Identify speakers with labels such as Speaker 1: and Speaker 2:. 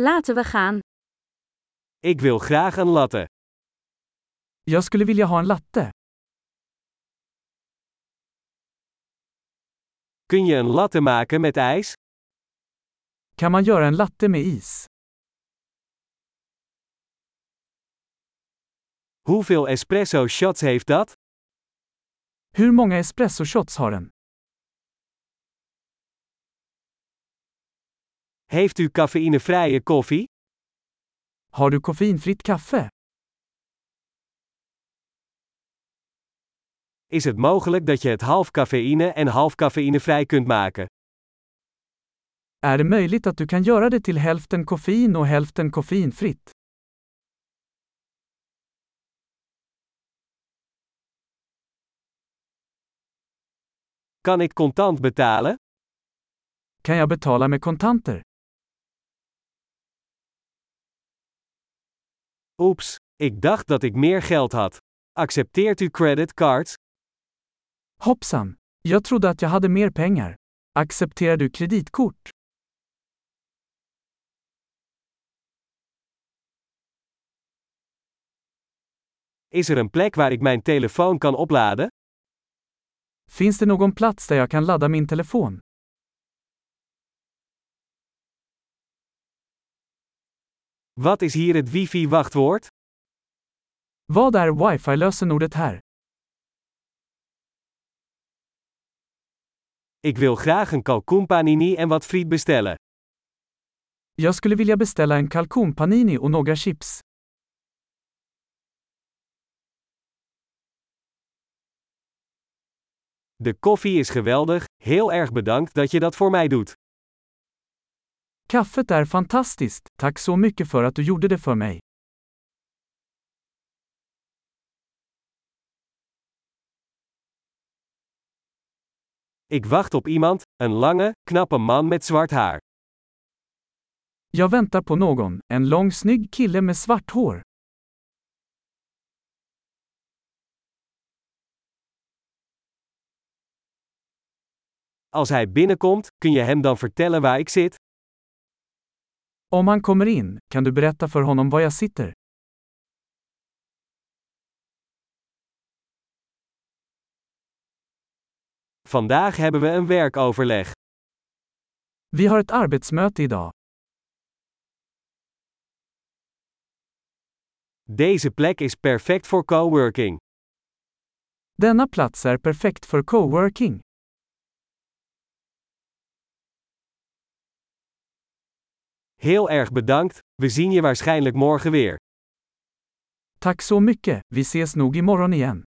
Speaker 1: Laten we gaan.
Speaker 2: Ik wil graag een latte.
Speaker 3: Jag skulle vilja ha en latte.
Speaker 2: Kun je een latte maken met ijs?
Speaker 3: Kan man göra en latte med is?
Speaker 2: Hoeveel espresso shots heeft dat?
Speaker 3: Hur många espresso shots har den?
Speaker 2: Heeft u cafeïnevrije koffie?
Speaker 3: Har du koffeinfritt kaffe?
Speaker 2: Is het mogelijk dat je het half cafeïne en half cafeïnevrij kunt maken?
Speaker 3: Är det möjligt att du kan göra det till hälften koffein och hälften koffeinfritt?
Speaker 2: Kan ik contant betalen?
Speaker 3: Kan jag betala med kontanter?
Speaker 2: Oeps, ik dacht dat ik meer geld had. Accepteert u creditcards?
Speaker 3: Hoppsan! Jag trodde att jag hade mer pengar. Accepterar du kreditkort?
Speaker 2: Is er een plek waar ik mijn telefoon kan opladen?
Speaker 3: Finns det någon plats där jag kan ladda min telefon?
Speaker 2: Wat is hier het wifi-wachtwoord?
Speaker 3: Vad är wifi-lösenordet här?
Speaker 2: Ik wil graag een kalkoenpanini en wat friet bestellen.
Speaker 3: Jag skulle vilja beställa en kalkonpanini och några chips.
Speaker 2: De koffie is geweldig, heel erg bedankt dat je dat voor mij doet.
Speaker 3: Kaffet är fantastiskt, tack så mycket för att du gjorde det för mig.
Speaker 2: Ik wacht op iemand, een lange, knappe man met zwart haar.
Speaker 3: Jag väntar på någon, en lång snygg kille med svart hår.
Speaker 2: Als hij binnenkomt, kun je hem dan vertellen waar ik zit?
Speaker 3: Om han kommer in, kan du berätta för honom var jag sitter?
Speaker 2: Vandaag hebben we een werkoverleg.
Speaker 3: Vi har ett arbetsmöte idag.
Speaker 2: Deze plek is perfect voor coworking.
Speaker 3: Denna plats är perfekt för coworking.
Speaker 2: Heel erg bedankt, we zien je waarschijnlijk morgen weer.
Speaker 3: Tack så mycket, vi ses nog imorgon igen.